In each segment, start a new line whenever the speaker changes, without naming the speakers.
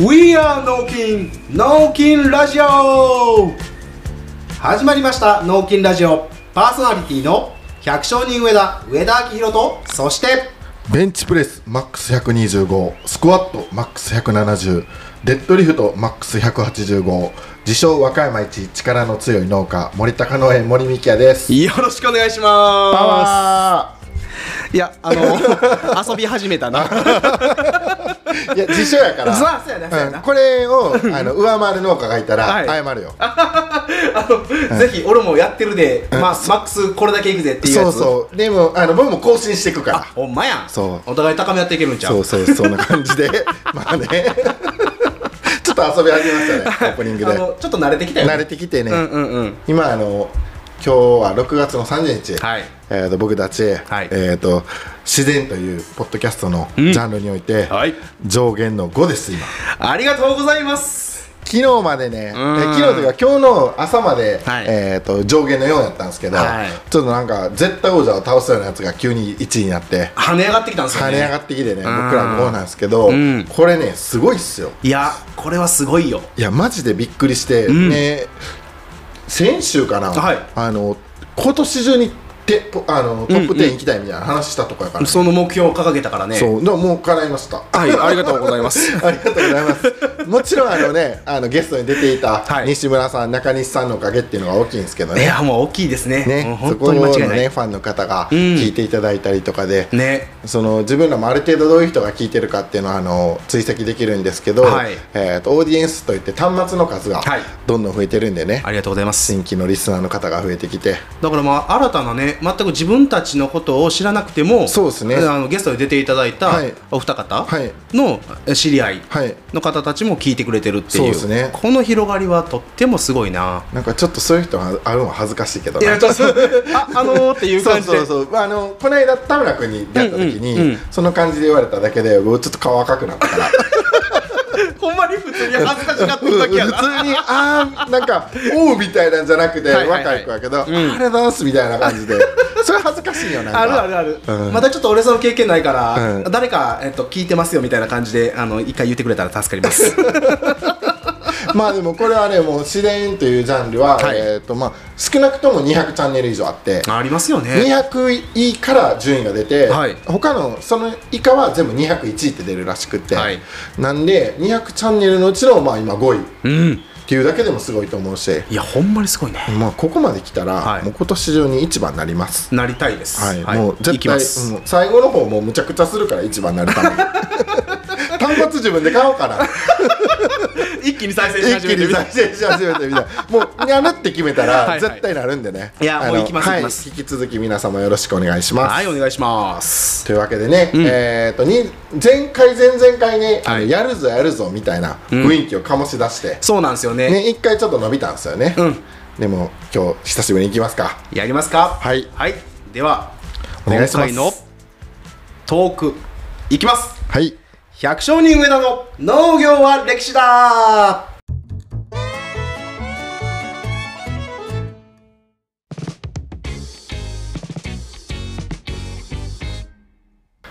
We are 脳筋脳筋ラジオ始まりました脳筋ラジオパーソナリティの百姓人上田上田明宏とそして
ベンチプレスマックス125スクワットマックス170デッドリフトマックス185自称和歌山一力の強い農家森高農園森美希也です
よろしくお願いします
あ
いやあ の遊び始めたな
ーいや自称やか ら
そうそうやなそうやな
うんこ れをあの上回る農家がいた
はい
ら謝るよ、
あの ぜひ俺もやってるで、まあ、マックスこれだけいくぜっていうやつ
そうそうでもあの僕も更新していくから
ほんまやん
そう
お互い高め合っていけるんちゃ
そううそうそんな感 じでまあね ちょっと遊び始めましたねオープニング
あ
で
のちょっと慣れてきたよね
慣れてきてね、
うんうんうん
今あの今日は6月の30日、
はい
えー、と僕たち、
はい
えー、と自然というポッドキャストのジャンルにおいて、
はい
上限の5です今
ありがとうございます
昨日までね、
う
え
ん
ー昨日というか今日の朝まで、
はい
えー、と上限の4やったんですけど、
はい
ちょっとなんか絶対王者を倒すようなやつが急に1位になって
跳ね上がってきたんですよ
跳
ね
ね上がってきてね僕らもこうなんですけど、
うん
これねすごいっすよ
いやこれはすごいよ
いやマジでびっくりして、
ん
ね先週かな、
はい
あの今年中にてあのトップ10行きたいみたいな話したとこやから、
その目標を掲げたからね
そうでももう叶いました
はいありがとうございます
ありがとうございますもちろんあのねあのゲストに出ていた
はい
西村さん、中西さんのおかげっていうのが大きいんですけど
い
ね
やもう大きいですねもう
ねそ
本
こ
当に
の
間違いない
ねファンの方が聞いていただいたりとかで、
ね
その自分らもある程度どういう人が聞いてるかっていうのはあの追跡できるんですけど、
はい
えー、とオーディエンスといって端末の数が
はい
どんどん増えてるんでね、
ありがとうございます
新規のリスナーの方が増えてきて
だからまあ新たなね全く自分たちのことを知らなくても
そうですね
あのゲストで出ていただいた
はい
お二方
はい
のえ知り合い
はい
の方たちも聞いてくれてるって
そう
い
で
う
すね
この広がりはとってもすごいな
なんかちょっとそういう人は会うのは恥ずかしいけど
いや
な
ちょっと ああのーっていう
そ
感
う
じで
そうそう、まあ、あのこの間田村君に出会った時に、
うんうんうん
その感じで言われただけでもうちょっと顔赤くなったから
ほんまに普通に恥ずかしがって
普
る
通
だけやな
に あーなんか「おう」みたいなんじゃなくて
はいはいはい
若い子やけど「あれだダンス」みたいな感 じでそれ恥ずかしいよなんか
あるあるある、
うん
まだちょっと俺その経験ないから、
うん
誰か、えっと、聞いてますよみたいな感じであの一回言ってくれたら助かります
まあでもこれはねもう自然というジャンルは、
はい
えーとまあ、少なくとも200チャンネル 以上あって
ありますよね
200位から順位が出て、
はい
他のその以下は全部201位って出るらしくって、
はい
なんで200チャンネルのうちの、まあ、今5位っ
うん
ていうだけでもすごいと思うし、
いやほんまにすごいね
まあ、ここまで来たら、
はい
もう今年中に一番になります。
なりたいです
はい、もう絶
いきま
対
す、
うん最後の方もうむちゃくちゃするから一番になるために単発自分で買おうかな
一気に再生し
一
始
気
めて
に
み
再
た
生し始めてみ たいなもうやるって決めた
はいは
ら
い
絶対なるんでね
いやもう
あの
行きます
は
行
い
きます
引き続き皆様よろしくお願いします、
はいお願いします
というわけでね、えっ、とに前回前々回ね、あの
はい
やるぞやるぞみたいな雰囲気を醸し出して、
そうなんですよね
ね一回ちょっと伸びたんですよね、
うん
でも今日久しぶりに行きますか
やりますか
はい
はい、では
お願いします
今回のトークいきます
はい
百姓人上田の農業は歴史だ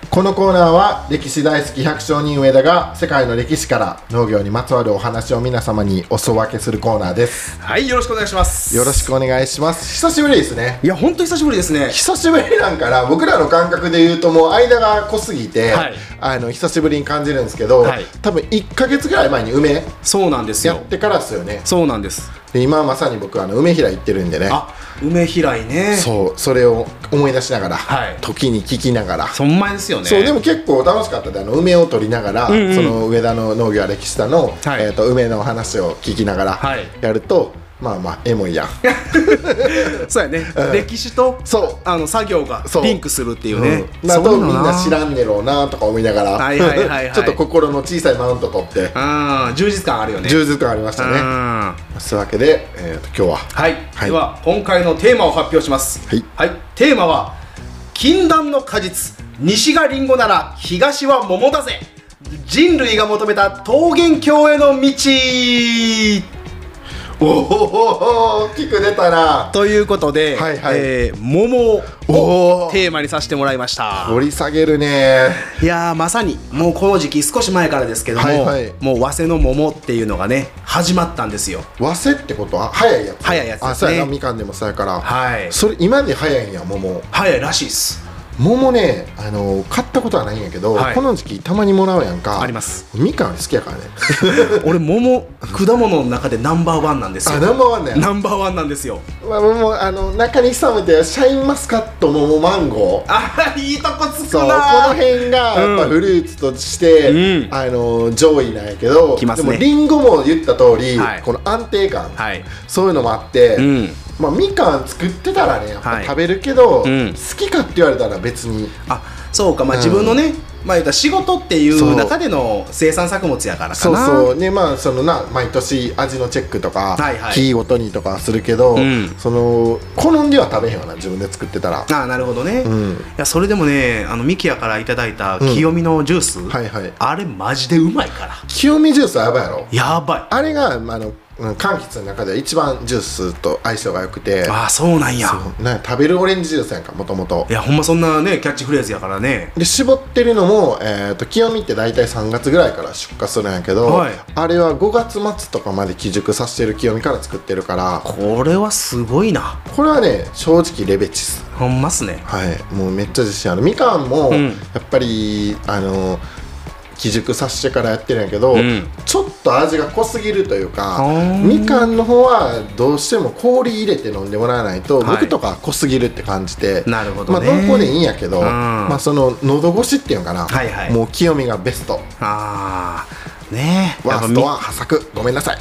このコーナーは歴史大好き百姓人上田が世界の歴史から農業にまつわるお話を皆様にお裾分けするコーナーです
はいよろしくお願いします
よろしくお願いします久しぶりですね
いや本当久しぶりですね
久しぶりなんかな僕らの感覚で言うともう間が濃すぎて、
はい
あの久しぶりに感じるんですけど、
はい
多分1か月ぐらい前に梅
そうなんです
や
よ
ってからですよね
そうなんです
で今まさに僕あの梅平行ってるんでね
あ梅平井ね
そうそれを思い出しながら、
はい
時に聞きながら
そんまですよね
そうでも結構楽しかったであの梅を取りながら、
んうん
その上田の農業は歴史だの、
はい
えー、と梅の話を聞きながら
はい
やると、まあまあエモ いやん
そうやね、歴史と
そう
あの作業が
そう
リンクするっていうね
うん、だ
そう
と
いう
み
の
んな知らんねろうなとか思いながら、
はいはいはいはい
ちょっと心の小さいマウント取って
うん充実感あるよね
充実感ありました
う
ね。
ん
そういうわけで、えー、と今日は
はい、
はい
では今回のテーマを発表します
はい
テーマは禁断の果実西がリンゴなら東は桃だぜ人類が求めた桃源郷への道
おお大きく出たな
ということで、
はいはい
えー桃
お
を
ー
テーマにさせてもらいました
掘り下げるね
いやーまさにもうこの時期少し前からですけども、
はいはい
もう早生の桃っていうのがね始まったんですよ
早せってことは早いやつ
早いやつですね
あそうやなみかんでもそうやから
はい
それ今で早いんや桃
早いらしいっす
桃ねあの買ったことはないんやけど、
はい
この時期たまにもらうやんか
あります
みかん好きやか らね
俺桃果物の中でナンバーワンなんです
あ
よ
ナンバーワンね
ナンバーワンなんですよ
まあ、もうあの中に潜めてシャインマスカット桃マンゴー
あいいとこつく
そうこ
な
の辺がやっぱ
うん
フルーツとして、
うん
あの上位なんやけど、
きます
で
ね
もリンゴも言った通り、
はい
この安定感、
はい
そういうのもあって、
うん
まあ、みかん作ってたらねやっ
は
ぱ
い
食べるけど、
うん
好きかって言われたら別に
あそうかまあ
うん
自分のね、まあ言ったら仕事ってい
そうう
中での生産作物やからかな
そうそうねまあそのな毎年味のチェックとか、
はいはい
木ごとにとかするけど、
うん
その好んでは食べへんわな自分で作ってたら。
あなるほどね、
うん
いやそれでもねあのミキヤからいただいた
ん
清見のジュース、
はいはい
あれマジでうまいから
清見ジュースはやばいやろ
やば
あれが、まあ、あのうん柑橘の中では一番ジュースと相性が良くて
いああそうなんや
ね、食べるオレンジジュースやんかもともと
いやほんまそんなねキャッチフレーズやからね
で絞ってるのも、えー、と清見って大体3月ぐらいから出荷するんやけど、
はい
あれは5月末とかまで基熟させてる清見から作ってるから
これはすごいな
これはね正直レベチっす
ほんますね
はいもうめっちゃ自信あるみかんも、
ん
やっぱりあの基熟させてからやってるんやけど、
ん
ちょっと味が濃すぎるというか
あー
みかんの方はどうしても氷入れて飲んでもらわないと、
はい
僕とか濃すぎるって感じて
なるほどね
まあ、濃厚でいいんやけど、
うん
まあ、その喉越しっていうのかな、
はいはい
もう清見がベスト
ああねえ
ワース
み
トは破作ごめんなさい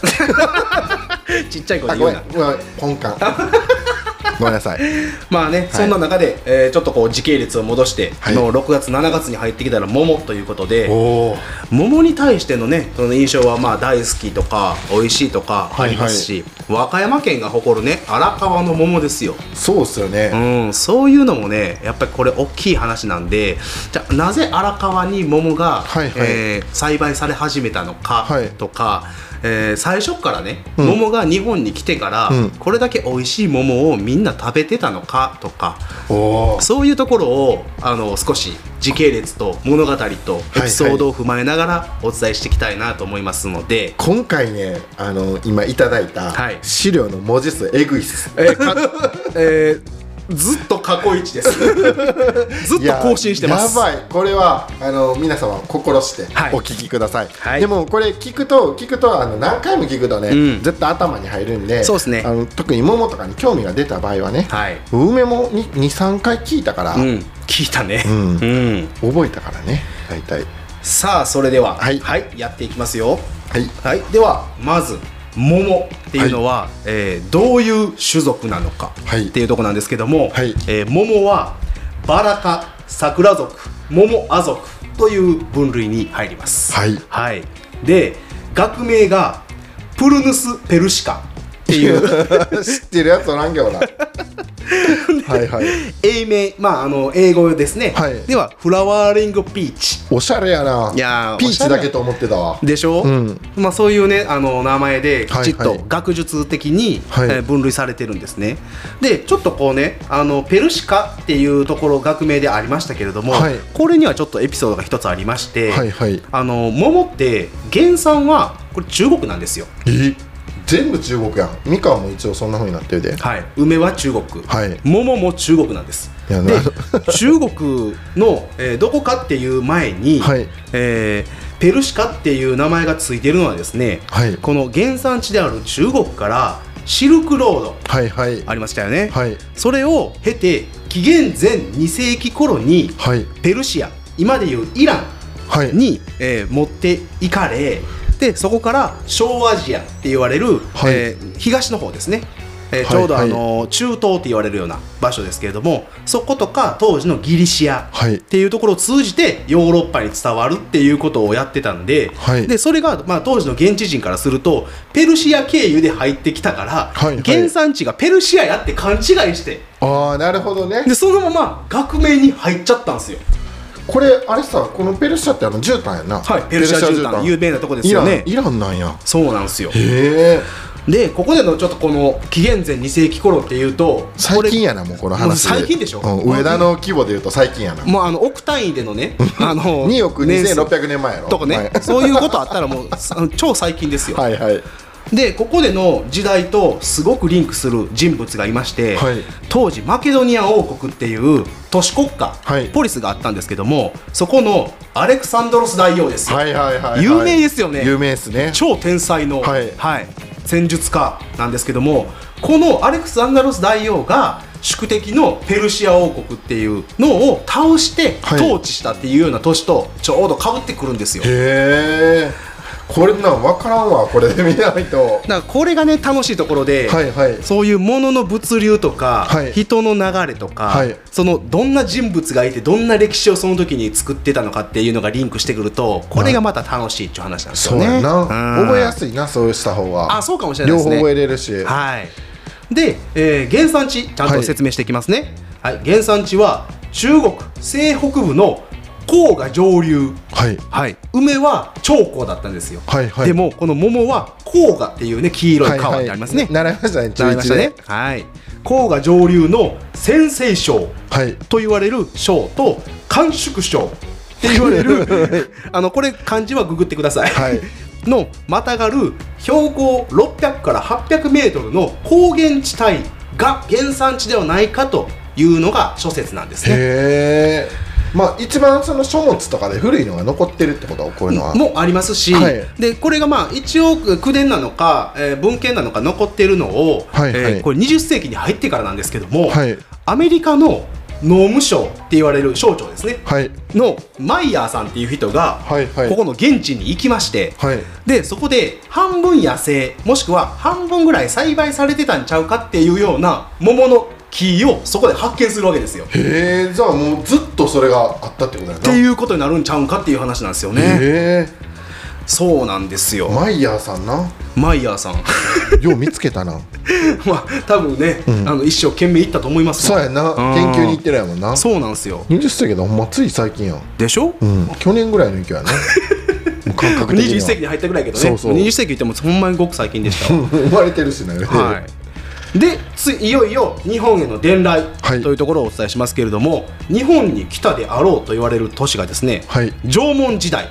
ちっちゃい声
あ
で言
ご
う
めん
な
うわポンカンごめんなさい
まあね、そんな中で、えーちょっとこう時系列を戻して、
はい
の6月7月に入ってきたら桃ということで
おお
桃に対してのねその印象はまあ大好きとか美味しいとかありますし、和歌山県が誇るね荒川の桃ですよ、
そうっすよね、
うん、そういうのもねやっぱりこれ大きい話なんでじゃあなぜ荒川に桃が、
はいはい
えー栽培され始めたのか
はい
とか、えー最初からね、桃が日本に来てから、
うん
これだけ美味しい桃をみんな食べてたのかとか
おお
そういうところをあの少し時系列と物語とエピソードを踏まえながらお伝えしていきたいなと思いますので、
今回ねあの今いただいた
はい
資料の文字数えぐいっす、
えーかえー ずっと過去一ですずっ
い
と
や
更新してます
やばいこれはあの皆様心して
はい
お聞きください、
はい
でもこれ聞くと聞くとあの何回も聞くとね、
うん
絶対頭に入るんで
そうっすね
あの特に桃とかに興味が出た場合はね、
はい
梅も23回聞いたから、
うん、聞いたね、
ん
うん
覚えたからね大体
さあそれでは、
はい
やっていきますよ、
はい
はい、ではまず桃っていうのは、えーどういう種族なのか
は
っ
い
ていうとこなんですけども、
はい
えー桃はバラ科桜属桃亜属という分類に入ります
はい
はい、で学名がプルヌス・ペルシカっていう
知ってるやつおらんけど なはいはい
英名、まあ、あの英語ですね、
はい
ではフラワーリングピーチ
おしゃれやない
やー
ピー
おしゃ
チ
れ
だけと思ってたわ
でしょ、
うん
まあ、そういうねあの名前できちっ
は
と
いはい
学術的に、
はい
えー分類されてるんですねでちょっとこうねあのペルシカっていうところ学名でありましたけれども、
はい
これにはちょっとエピソードが一つありまして、
はいはい
あの桃って原産はこれ中国なんですよ、
え全部中国やんみかんも一応そんな風になってるで
はい、梅は中国、
はい
桃も中国なんです
いや
で
な
中国の、えーどこかっていう前に、
はい
えーペルシカっていう名前がついてるのはですね、
はい
この原産地である中国からシルクロード
はいはい
ありましたよね、
はい
それを経て紀元前2世紀頃に
はい
ペルシア今でいうイラン
はい
に、えー持っていかれでそこから小アジアって言われる、
はい
えー東の方ですね、えー
はい
ちょうど、あのー中東って言われるような場所ですけれどもそことか当時のギリシア
はい
っていうところを通じてヨーロッパに伝わるっていうことをやってたんで,、
はい
でそれが、まあ、当時の現地人からするとペルシア経由で入ってきたから、
はいはい
原産地がペルシアやって勘違いして
ああなるほどね
でそのまま学名に入っちゃったんですよ。
これあれさこのペルシャってあの絨毯やんな
はい、ペルシャ絨毯有名なとこですよね
イランイランなんや
そうなんですよ
へえ
でここでのちょっとこの紀元前2世紀頃っていうと
最近
や
やなもうこの話
もう最近でしょ
うん上田の規模で言うと最近やな
もうあの億単位でのねあの
2億
年数
2600年前やろ
とかね、そういうことあったらもうあの超最近ですよ、
はいはいはい
でここでの時代とすごくリンクする人物がいまして、
はい
当時マケドニア王国っていう都市国家、
はい
ポリスがあったんですけどもそこのアレクサンドロス大王ですよ、
はいはいはい
有名ですよね
有名ですね
超天才の、
は
はいい戦術家なんですけどもこのアレクサンダロス大王が宿敵のペルシア王国っていうのを倒して
はい
統治したっていうような年とちょうどかぶってくるんですよ、
へえこれなん分からんわこれで見ないと
だからこれがね楽しいところで、
はいはい
そういうものの物流とか、
はい
人の流れとか、
はい
そのどんな人物がいてどんな歴史をその時に作ってたのかっていうのがリンクしてくるとこれがまた楽しいっていう話なんです
そ
よ
う
ね。
やな
うん
覚えやすいなそうした方が
あそうかもしれないですね
両方覚えれるし
はい、で、えー原産地ちゃんと説明していきますね、はい原産地は中国西北部の黄河上流、
はい
はい、梅は長江だったんですよ、
はいはい
でもこの桃は黄河っていうね黄色い川ってありますね、
習いましたね
習
中
いまし
一
た
で
ねはい黄河上流の先西省
はい
と言われる省と甘粛省って言われ るあのこれ漢字はググってください、
はい
のまたがる標高600から800メートルの高原地帯が原産地ではないかというのが諸説なんですね。
へえまあ一番その書物とかで古いのが残ってるってことはこういうのは
もありますし、
はい
でこれがまあ一応口伝なのか、えー文献なのか残ってるのを、
はいはい
えーこれ20世紀に入ってからなんですけども、
はい
アメリカの農務省って言われる省庁ですね
はい
のマイヤーさんっていう人が、
はいはい
ここの現地に行きまして、
はい
でそこで半分野生もしくは半分ぐらい栽培されてたんちゃうかっていうような桃の木をそこで発見するわけですよ。っ
へえじゃあもうずっとそれがあったってことやな
ていうことになるんちゃうんかっていう話なんですよね。
へ
そうなんです
え
よ。
マイヤーさんな
マイヤーさん。
よう見つけたな
まあ多分ね、あの一生懸命行ったと思います
そうやな研究に行ってるやもんな
なそうなんですよ。
20世紀だほんまつい最近やん、
でしょ、
うん、去年ぐらいの勢い やなもう感覚的
21
には
世紀に入ったぐらいやけどね
そうそう
20世紀ってもうほんまにごく最近でしたわ
生まれてるしね、
はい、でついいよいよ日本への伝来
はい
というところをお伝えしますけれども、日本に来たであろうと言われる都市がですね、
はい
縄文時代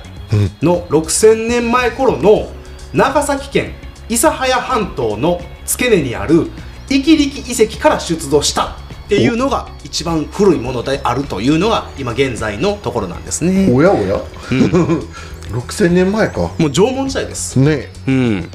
の6000年前頃の長崎県諫早半島の付け根にある生き力遺跡から出土したっていうのが一番古いものであるというのが今現在のところなんですね。
おやおや、6000年前か
もう縄文時代です。
ね
うん、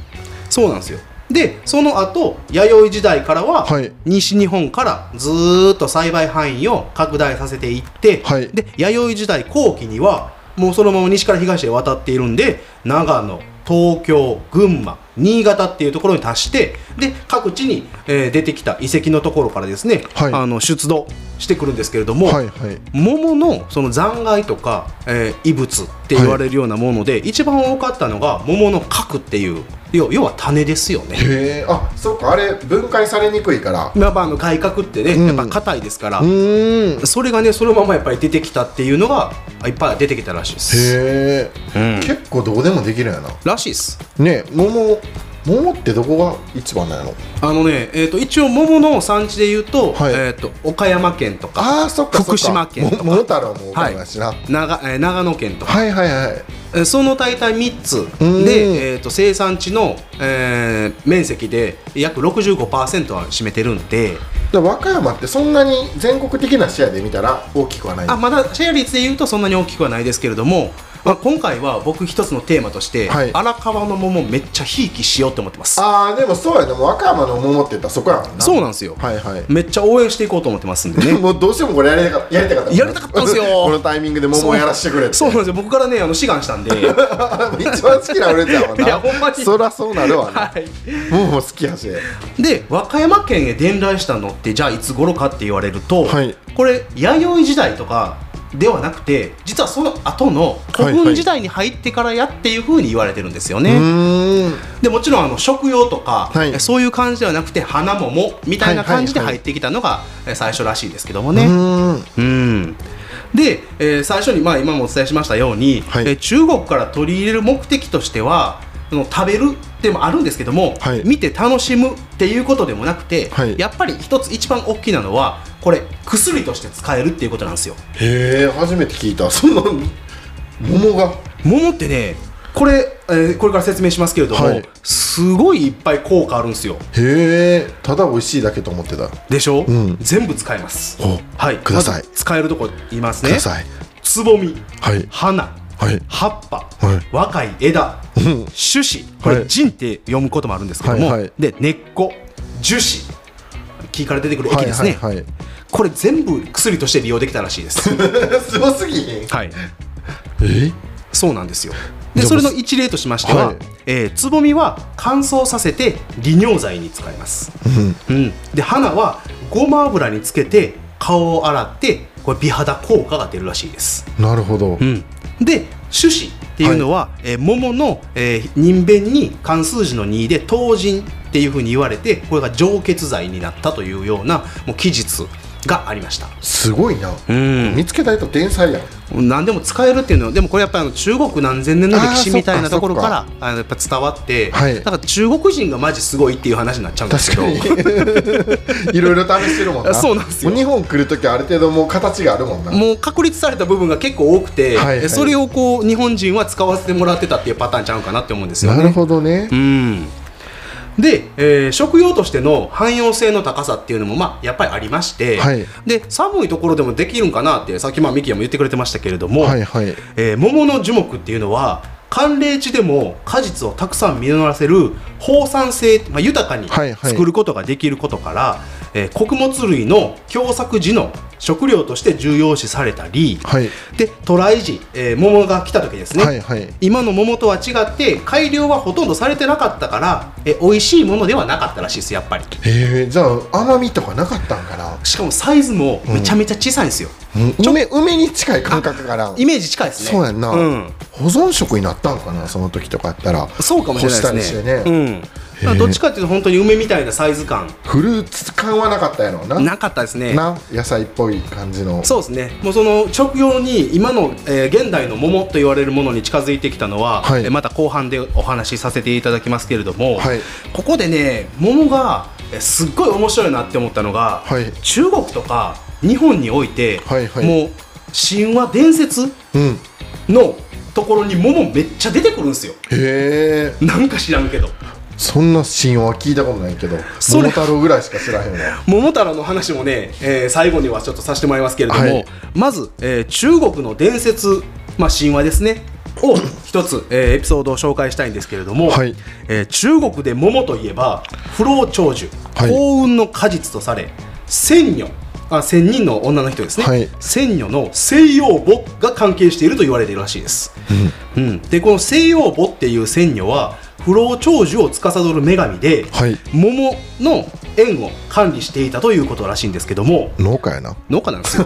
そうなんですよでその後弥生時代からは、
はい
西日本からずーっと栽培範囲を拡大させていって、
はい
で弥生時代後期にはもうそのまま西から東へ渡っているんで長野東京群馬新潟っていうところに達してで各地に、えー出てきた遺跡のところからですね、
はい
あの出土してくるんですけれども、
はいはい
桃のその残骸とか、えー異物って言われるようなもので、一番多かったのが桃の核っていう要要は種ですよね。
へえあそうかあれ分解されにくいから
まあまああの外核ってね、
うん
やっぱ硬いですから、
うーんへ
それがねそのままやっぱり出てきたっていうのがいっぱい出てきたらしいです。
え、
うん
結構どこでもできるんやな
らしいです。
ね桃桃ってどこが一番なんやろ
あのね、えー、と一応桃の産地で言うと,、
はい
えー、と岡山県とか
あーそっかそっか
福島県とか
も桃太郎も岡山やしな、
長,、えー長野県とか、
はい、はいはい
えーその大体3つ
うん
で、えー、と生産地の、えー面積で約65%は占めてるんで。
で和歌山ってそんなに全国的な視野で見たら大きくはない
あまだシェア率で言うとそんなに大きくはないですけれども、まあ、今回は僕一つのテーマとして、
はい
荒川の桃めっちゃひいきしようと思ってます
あーでもそうやねもう和歌山の桃って言ったらそこやもんな
そうなんですよ、
はいはい
めっちゃ応援していこうと思ってますんで ね
もうどうしてもこれやりたかったやりたかった
やりたかったんですよ
このタイミングで桃をやらせてくれって
そうなんですよ僕からねあの志願したんでは
一番好きな俺ちゃうもんない
やほんまに
そりゃそうなるわな、桃好きやし
いで和歌山県へ伝来したのってじゃあいつ頃かって言われると、
はい
これ弥生時代とかではなくて実はその後の古
はいはい
墳時代に入ってからやっていうふうに言われてるんですよね、
うーん
でもちろんあの食用とか、
はい
えそういう感じではなくて花桃みたいな感じで
はいはい
入ってきたのがえ最初らしいですけども
う
ね。
ーん
うんで、えー最初にまあ今もお伝えしましたように、
はい
えー中国から取り入れる目的としてはその食べるでもあるんですけども、
はい
見て楽しむっていうことでもなくて、
はい
やっぱり一つ一番大きなのはこれ薬として使えるっていうことなんですよ
へえ初めて聞いたそんな桃が
桃ってねこれ、えーこれから説明しますけれども、
はい
すごいいっぱい効果あるんですよ
へえただ美味しいだけと思ってた
でしょ、
うん
全部使えます
お
はい
くださ
ま
い
ず使えるとこ言います
く
ね
ださい
つぼみ
はい
花
はい
葉っぱ、
はい
若い枝
うん
種子これ
はい
腎って読むこともあるんですけども、
はいはい
で根っこ樹脂木から出てくる液ですね、
はいはい
これ全部薬として利用できたらしいです
はい、すごすぎひん
はい
え
そうなんですよで
じゃあ
それの一例としましては、
はい
えーつぼみは乾燥させて利尿剤に使います、うん、で花はごま油につけて顔を洗ってこれ美肌効果が出るらしいです
なるほど
で種子っていうのは、えー桃の、えー人弁に漢数字の2で当人っていうふうに言われてこれが浄血剤になったというようなもう記述がありました。
すごいな
うん、
見つけた人天才やん
何でも使えるっていうのはでもこれやっぱりあの中国何千年の歴史みたいなところから
あ
あのやっぱ伝わって、
はい
だから中国人がマジすごいっていう話になっちゃうんですけ
確
ど
かに いろいろ試してるもんな
そうなんですよ
も日本来るときある程度もう形があるもんな
もう確立された部分が結構多くて、
はいはい
それをこう日本人は使わせてもらってたっていうパターンちゃうかなって思うんですよね。
なるほどね
うん、で、えー食用としての汎用性の高さっていうのも、まあ、やっぱりありまして、
はい
で寒いところでもできるんかなってさっき、まあ、ミキヤも言ってくれてましたけれども、
はいはい
えー桃の樹木っていうのは寒冷地でも果実をたくさん実らせる放散性、まあ、豊かに
はいはい
作ることができることから、えー穀物類の共作時の食料として重要視されたり、
はい
で渡来時、えー桃が来た時ですね、
はいはい
今の桃とは違って改良はほとんどされてなかったからえ美味しいものではなかったらしいですやっぱり
えー、じゃあ甘みとかなかったんかな
しかもサイズもめちゃめちゃ小さいんですよ、
うん梅梅に近い感覚から
イメージ近いですね
そうやんな、
うん、
保存食になったんかなその時とかやったら
そうかもしれない
干
で
し
す
たり
ね
してね、
うんだからどっちかっていうと本当に梅みたいなサイズ感
フルーツ感はなかったやろうな
なかったですね
な野菜っぽい感じの
そうですねもうその食用に今の、えー現代の桃と言われるものに近づいてきたのは、
はい
えーまた後半でお話しさせていただきますけれども、
はい
ここでね桃がえーすっごい面白いなって思ったのが、
はい
中国とか日本において、
はいはい
もう神話伝説
うんへ
のところに桃めっちゃ出てくるんですよ
え
なんか知らんけど
そんな神話は聞いたことないけど
それ
桃太郎ぐらいしか知らへんわ
桃太郎の話もね、えー最後にはちょっとさせてもらいますけれども、
はい
まず、えー中国の伝説、まあ、神話ですねを 一つ、えーエピソードを紹介したいんですけれども、
はい
えー中国で桃といえば不老長寿、
はい
幸運の果実とされ仙女あ仙人の女の人ですね、
はい
仙女の西洋母が関係していると言われているらしいです、うん、でこの西洋母っていう仙女は不老長寿を司る女神で、
はい
桃の園を管理していたということらしいんですけども
農家やな
農家なんですよ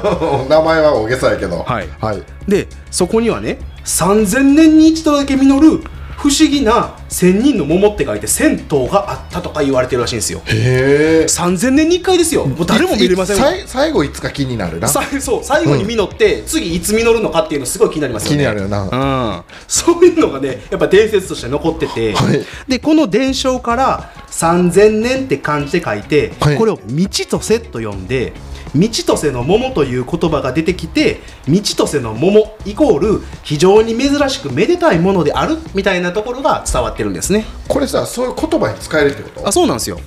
名前は大げさやけど
はい
はい、
でそこにはね3000年に一度だけ実る不思議な仙人の桃って書いて銭湯があったとか言われてるらしいんですよ
へえ
3000年に1回ですよもう誰も見れません
さい最後いつか気になるな
さそう最後に実って、次いつ実るのかっていうのすごい気になりますよね
気になるよな
うん、そういうのがねやっぱ伝説として残ってて、
はい
でこの伝承から3000年って漢字で書いて、
はい
これを「道とせ」と呼んで「道とせの桃」という言葉が出てきて「道とせの桃」イコール非常に珍しくめでたいものであるみたいなところが伝わってるんですね
これさそういう言葉に使えるってこと
あそうなんですよ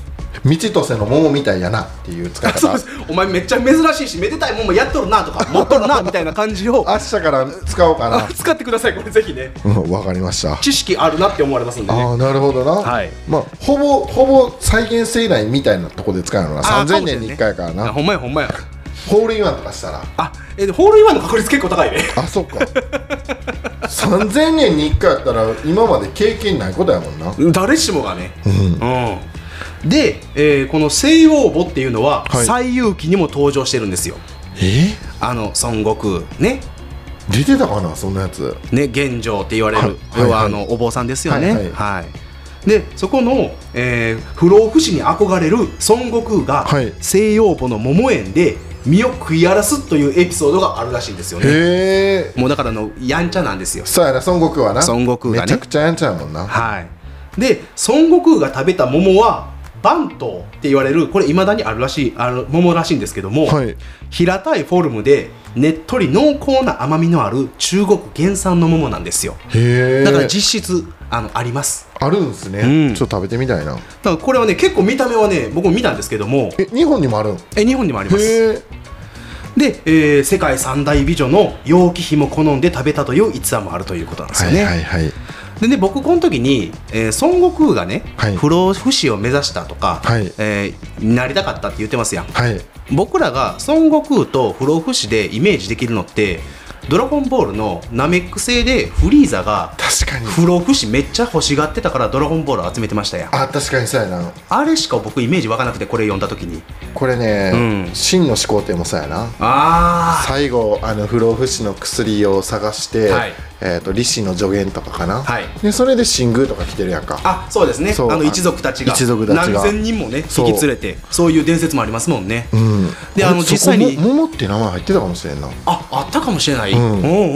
道とせの桃みたいやなっていう使い
そう
方
ですお前めっちゃ珍しいしめでたいもんもやっとるなとか持っとるなみたいな感じを
明日から使おうかな
あ使ってくださいこれぜひね
うん、わかりました。
知識あるなって思われますんでね
ああ、なるほどな。
はい
まあ、ほぼ、ほぼ再現性以来みたいなとこで使うのな。
あ
三
ーか
千
もしれん
年
ね
に一回やから
あ
な。
ほんまやほんまや
ホールインワンとかしたら。
あ、えー、ホールインワンの確率結構高いね。
あ、そっか。 三千年に一回やったら、今まで経験ないことやもんな。
誰しもがね。うん。で、えーこの西王母っていうのは、
はい
西遊記にも登場してるんですよ。
え
あの孫悟空ね。
出てたかな、そんなやつ。
ね、玄奘って言われる、
はい
要は
は
あ
いはい
のお坊さんですよね。は、
はいい
は
はいい
でそこの、えー不老不死に憧れる孫悟空が、
はい
西洋母の桃園で身を食い荒らすというエピソードがあるらしいんですよね
へえ
もうだからあのやんちゃなんですよ
そうやな孫悟空はな
孫悟空がね
めちゃくちゃやんちゃやもんな
はいで孫悟空が食べた桃はバントって言われるこれ未だにあるらしいあの桃らしいんですけども、
はい
平たいフォルムでねっとり濃厚な甘みのある中国原産の桃なんですよ
へえ
だから実質あのあります
あるんすね、
うん
ちょっと食べてみたいな
だからこれはね結構見た目はね僕も見たんですけども
え日本にもあるんへ
え日本にもあります
え
で、えー世界三大美女の楊貴妃も好んで食べたという逸話もあるということなんです
は
よ
い
ね、
はいはい
でね僕この時に、えー孫悟空がね、
はい
不老不死を目指したとか、
はい
えーなりたかったって言ってますやん
はい
僕らが孫悟空と不老不死でイメージできるのって「ドラゴンボール」のナメック星でフリーザが
確かに
不老不死めっちゃ欲しがってたから「ドラゴンボール」集めてましたやん
あ確かにそうやな
あれしか僕イメージわかなくてこれ読んだ時に
これね、
うん
真の始皇帝もそうやな
あ
最後あの不老不死の薬を探して、
はい
えー、と利子の助言とかかな、
はい
でそれで新宮とか来てるやんか
ああそうですね
そう
あの一族たちが
一族たちが
何千人もね引き
そう
連れてそういう伝説もありますもんね、
うん
であの
そこ
実際に
も桃って名前入ってたかもしれんな
ああったかもしれない、うん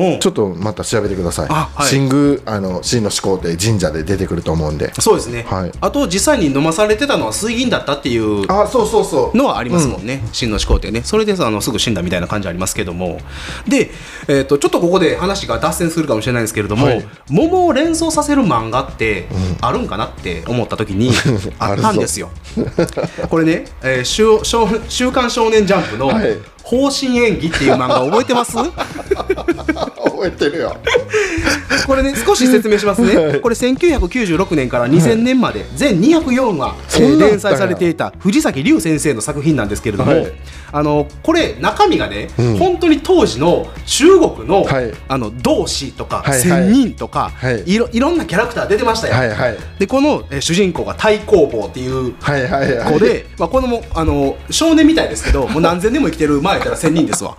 おうおう
ちょっとまた調べてください
あはい
新宮あの真の始皇帝神社で出てくると思うんで
そうですね、
はい
あと実際に飲まされてたのは水銀だったっていう
あそうそうそう
のはありますもんね、真の始皇帝ね、それでさあのすぐ死んだみたいな感じありますけども、で、えー、とちょっとここで話が脱線するかもしれないんですけれども、
はい
桃を連想させる漫画ってあるんかなって思った時 に、あったんですよ。これね、えー週少「週刊少年ジャンプ」の
はい
「方針演技」っていう漫画覚えてます
覚えてるよ
これね少し説明しますね、
はい
これ1996年から2000年まで全204話、え
そん
ー
なんあったんや
連載されていた藤崎龍先生の作品なんですけれども、
はい
あのこれ中身がね、
うん
本当に当時の中国の,、
はい
あの同志とか、
はい
仙人とか、
はい
いろいろんなキャラクター出てましたよ。
はいはい
でこの、えー主人公が太公坊っていう
はいはいはい
子で、まあ、このもあの少年みたいですけどもう何千年も生きてる前やったら仙人ですわ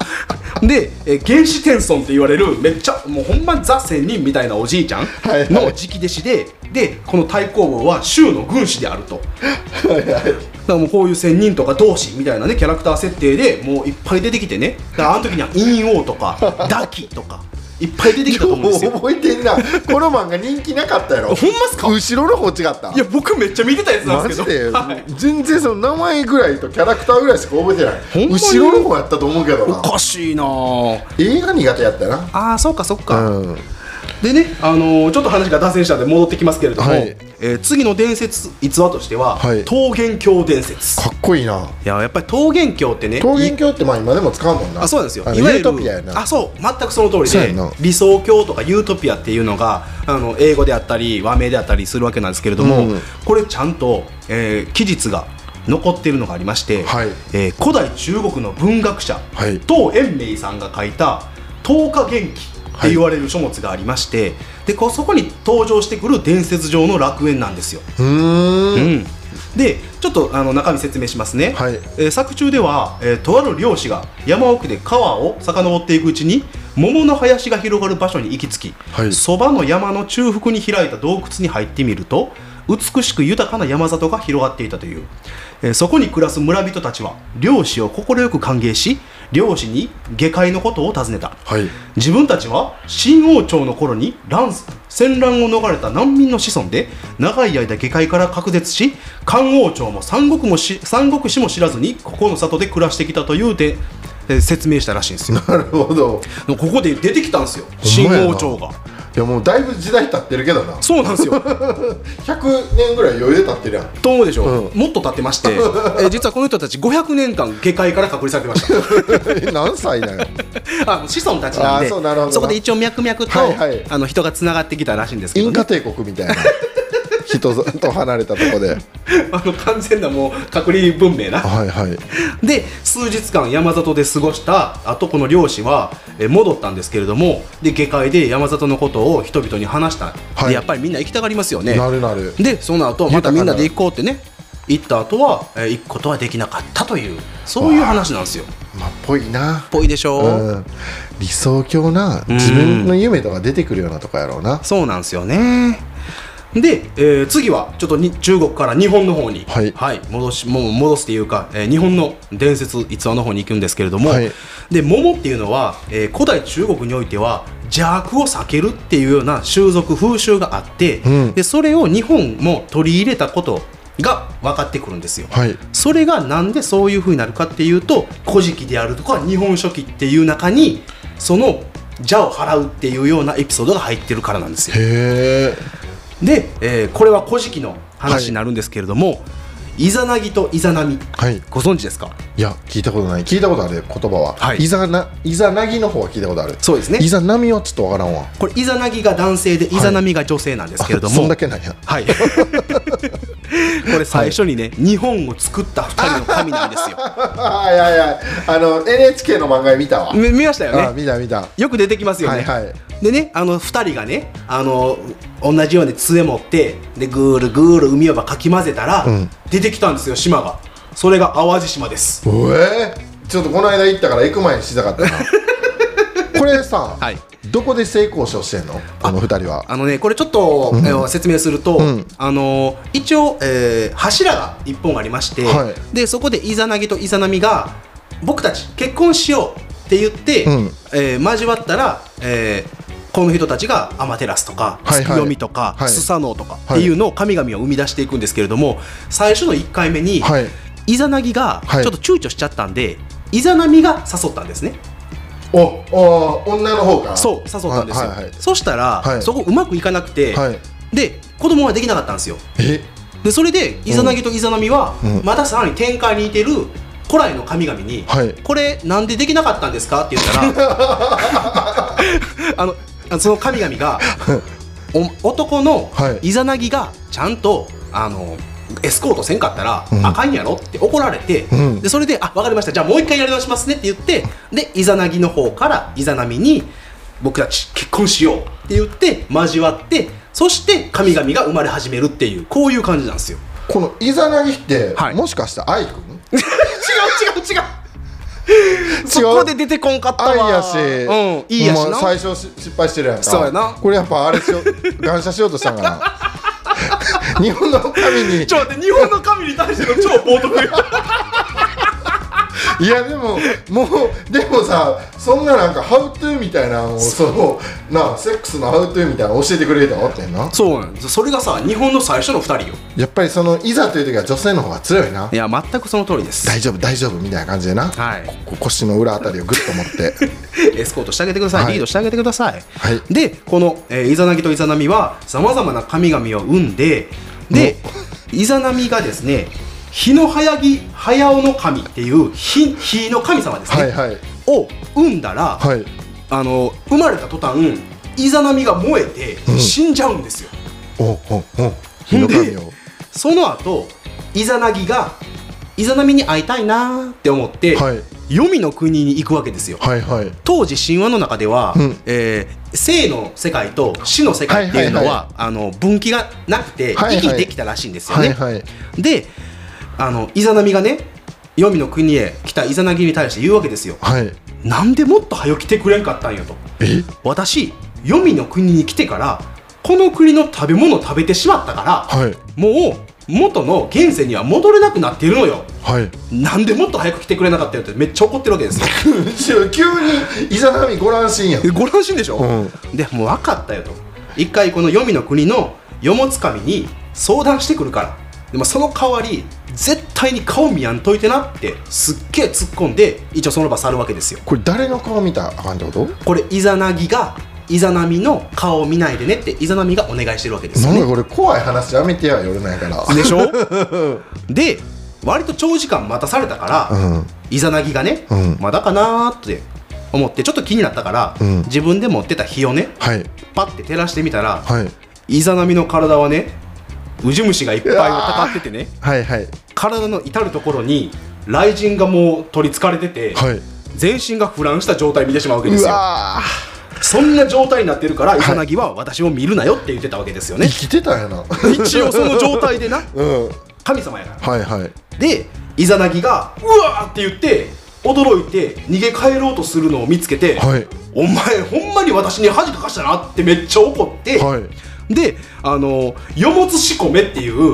で、えー原始天孫って言われるめっちゃもうほんまザ仙人みたいなおじいちゃん
いはい
の直弟子で、でこの太公望は州の軍師であるとだからもうこういう仙人とか同志みたいなねキャラクター設定でもういっぱい出てきてねだからあの時には陰王とか ダキとかいっぱい出てきたと思うんですよ
覚えてんなこの漫画人気なかったやろ
ほんまっすか
後ろの方違った
いや僕めっちゃ見てたやつなん
マ
で
ジ
すけ
で、
ど、はい
全然その名前ぐらいとキャラクターぐらいしか覚えて
ほ
なんい
まに
後ろの方やったと思うけど
お
な
かしいなぁ
映画苦手やったよな
ああそうかそうか、
うん
でね、あのーちょっと話が脱線したんで戻ってきますけれども、
はい
えー次の伝説逸話としては、
はい
桃源郷伝説い
かっこいいな
ややっぱり桃源郷ってね
桃源
い
郷ってまあ今でも使うもんな
あそうなんですよ
あの
いわゆる
ユートピアやな
あそう全くその通り
そうや
で
な
理想郷とかユートピアっていうのがあの英語であったり和名であったりするわけなんですけれども、
うん
これちゃんと、えー期日が残ってるのがありまして、
はい
えー古代中国の文学者、
はい
唐延明さんが書いた「十日元気」って言われる書物がありまして、でこうそこに登場してくる伝説上の楽園なんですよ。
うーん
でちょっとあの中身説明しますね、
はい
えー作中では、えーとある漁師が山奥で川を遡っていくうちに桃の林が広がる場所に行き着
はい
きそば、の山の中腹に開いた洞窟に入ってみると美しく豊かな山里が広がっていたという、えーそこに暮らす村人たちは漁師を快く歓迎し漁師に下界のことを尋ねた、
はい
自分たちは新王朝の頃に乱戦乱を逃れた難民の子孫で長い間下界から隔絶し漢王朝も三国もし三国志も知らずにここの里で暮らしてきたというでえー説明したらしいんですよ
なるほど
ここで出てきたんですよ新
ほんまやな
王朝が
いやもうだいぶ時代経ってるけどな
そうなんですよ
100年ぐらい余裕で経ってるやん
と思うでしょ、
う
もっと経ってまして、えー実はこの人たち500年間下界から隔離されてました
え何歳だよ
あ子孫たちなん
あー
で
そうなるほどな
こで一応脈々と、
はいはい
あの人がつながってきたらしいんですけ
イ
ど、
ン
ね
カ、帝国みたいな 人と離れたとこで
あの完全なもう隔離文明な
はいはい
で数日間山里で過ごしたあとこの漁師はえー戻ったんですけれどもで下界で山里のことを人々に話した、
はい
でやっぱりみんな行きたがりますよね
なるなる
でその後また
豊かな
みんなで行こうってね行った後は、えー行くことはできなかったというそういう話なんですよ
まあぽいな
ぽいでしょ
うん理想郷な
うん
自分の夢とか出てくるようなとこやろうな
そうなんですよねで、えー次はちょっとに中国から日本の方に、
はい
戻しもう戻すというか、えー日本の伝説逸話の方に行くんですけれども、
はい
で桃っていうのは、えー古代中国においては邪悪を避けるっていうような習俗風習があって、
うん
でそれを日本も取り入れたことが分かってくるんですよ。
はい
それがなんでそういう風になるかっていうと「古事記」であるとか「日本書紀」っていう中にその邪を払うっていうようなエピソードが入ってるからなんですよ。
へえ
で、えーこれは「古事記」の話になるんですけれども、イザナギとイザナミ
はい
ご存知ですか
いや聞いたことない聞いたことある言葉は、
はい
いざなイザナギの方は聞いたことある
そうですね
イザナミはちょっとわからんわ
これイザナギが男性でイザナミが女性なんですけれど
あそん
も、
だけなんや
はい、 これ最初にね、日本を作った二人の神なんですよ。
はいはいはいあの NHK の漫画見たわ、
み見ましたよね
あ見た見た
よく出てきますよね。
はいはい
でねあの2人がねあの同じように杖持ってでぐーるぐーる海をばかき混ぜたら、
ん
出てきたんですよ島がそれが淡路島です
うえーちょっとこの間行ったから行く前にしたかった なこれさ、
はい
どこで性交渉してんのこの二人は
あのねこれちょっと、えー説明すると、
ん
あの一応、えー柱が1本ありまして、
は
でそこでイザナギとイザナミが僕たち結婚しようって言って、
うん
えー交わったら、えーこの人たちがアマテラスとか、
はいはい
ツキヨミとか、
はい
スサノオとかっていうのを神々を生み出していくんですけれども最初の1回目に、
はい
イザナギがちょっ
はい
と躊躇しちゃったんで、イザナミが誘ったんですね
おお女の方から
そう誘ったんですよ、
はいはい
そしたら、
はい
そこうまくいかなくて、
はい
で子供はできなかったんですよ
え
でそれでイザナギとイザナミは、
うん
またさらに展開に似てる古来の神々に、
はい
これなんでできなかったんですか?」って言 ったらあのあのその神々がお男の
はい
イザナギがちゃんとあのエスコートせんかったら、
うん
あかんやろって怒られて、
うん
でそれで「あわかりましたじゃあもう一回やり直しますね」って言ってでイザナギの方からイザナミに「僕たち結婚しよう」って言って交わってそして神々が生まれ始めるっていうこういう感じなんですよ。
このイザナギって、
はい
もしかして 愛く
違
ん
う違う違うそこで出てこんかったわ
愛やし、
うん、いいやし
も
な
う最初し失敗してるやんか
そうやな
これやっぱあれしよ 感謝しようとしたんかな 日本の神に
ちょっと待って日本の神に対しての超冒涜よ
いやでももうでもさそんななんか「ハウトゥー」みたいなのをそのなあセックスの「ハウトゥー」みたいなの教えてくれる人おってんな
そうなんですそれがさ日本の最初の2人よ
やっぱりそのいざという時は女性の方が強いない
や全くその通りです
大丈夫大丈夫みたいな感じでな、
はい
こ腰の裏あたりをグッと持って
エスコートしてあげてください、
はい
リードしてあげてください、
はい
でこの、えーイザナギとイザナミはさまざまな神々を生んででイザナミがですね日の早ぎ早尾の神っていう日日の神様ですね、
はいはい
を生んだら、
はい
あの生まれた途端イザナミが燃えて死んじゃうんですよ、
おおお火の神 を
その後イザナギがイザナミに会いたいなーって思って、黄
はい
泉の国に行くわけですよ
はいはい
当時神話の中では、
うん
えー生の世界と死の世界っていうのは,、
はいはい
あの分岐がなくて、
はいはい
行き来できたらしいんですよ
は
ね、
いはい
であのイザナミがね黄泉の国へ来たイザナギに対して言うわけですよ
はい
なんでもっと早く来てくれんかったんよと
え
私黄泉の国に来てからこの国の食べ物を食べてしまったから
はい
もう元の現世には戻れなくなってるのよ
はい
なんでもっと早く来てくれなかったよってめっちゃ怒ってるわけですよ
急にイザナミご乱心やん
え ご乱心でしょ、
う
でもう分かったよと一回この黄泉の国のよもつかみに相談してくるからでもその代わり絶対に顔見やんといてなってすっげえ突っ込んで一応その場去るわけですよ
これ誰の顔見たらあかんってこと
これイザナギがイザナミの顔を見ないでねってイザナミがお願いしてるわけですよ
なん
ね
かこれ怖い話やめてや夜なんやから
でしょ で割と長時間待たされたから、
うん
イザナギがね、
うん
まだかなーって思ってちょっと気になったから、
うん
自分で持ってた火をね
はい
パッて照らしてみたら、
はい
イザナミの体はねウジ虫がいっぱいたかっててね
はいはい
体の至る所に雷神がもう取りつかれてて、
はい
全身が腐乱した状態見てしまうわけで
う
すよ
わ
そんな状態になってるからイザナギは私を見るなよって言ってたわけですよ
ー生
ね
きてたんやな
一応その状態でな
うん
神様やから
はいはい
でイザナギが「うわ!」って言って驚いて逃げ帰ろうとするのを見つけて「
はい
お前ほんまに私に恥かかしたな」ってめっちゃ怒って、
はい
であの「よもつしこめ」って いう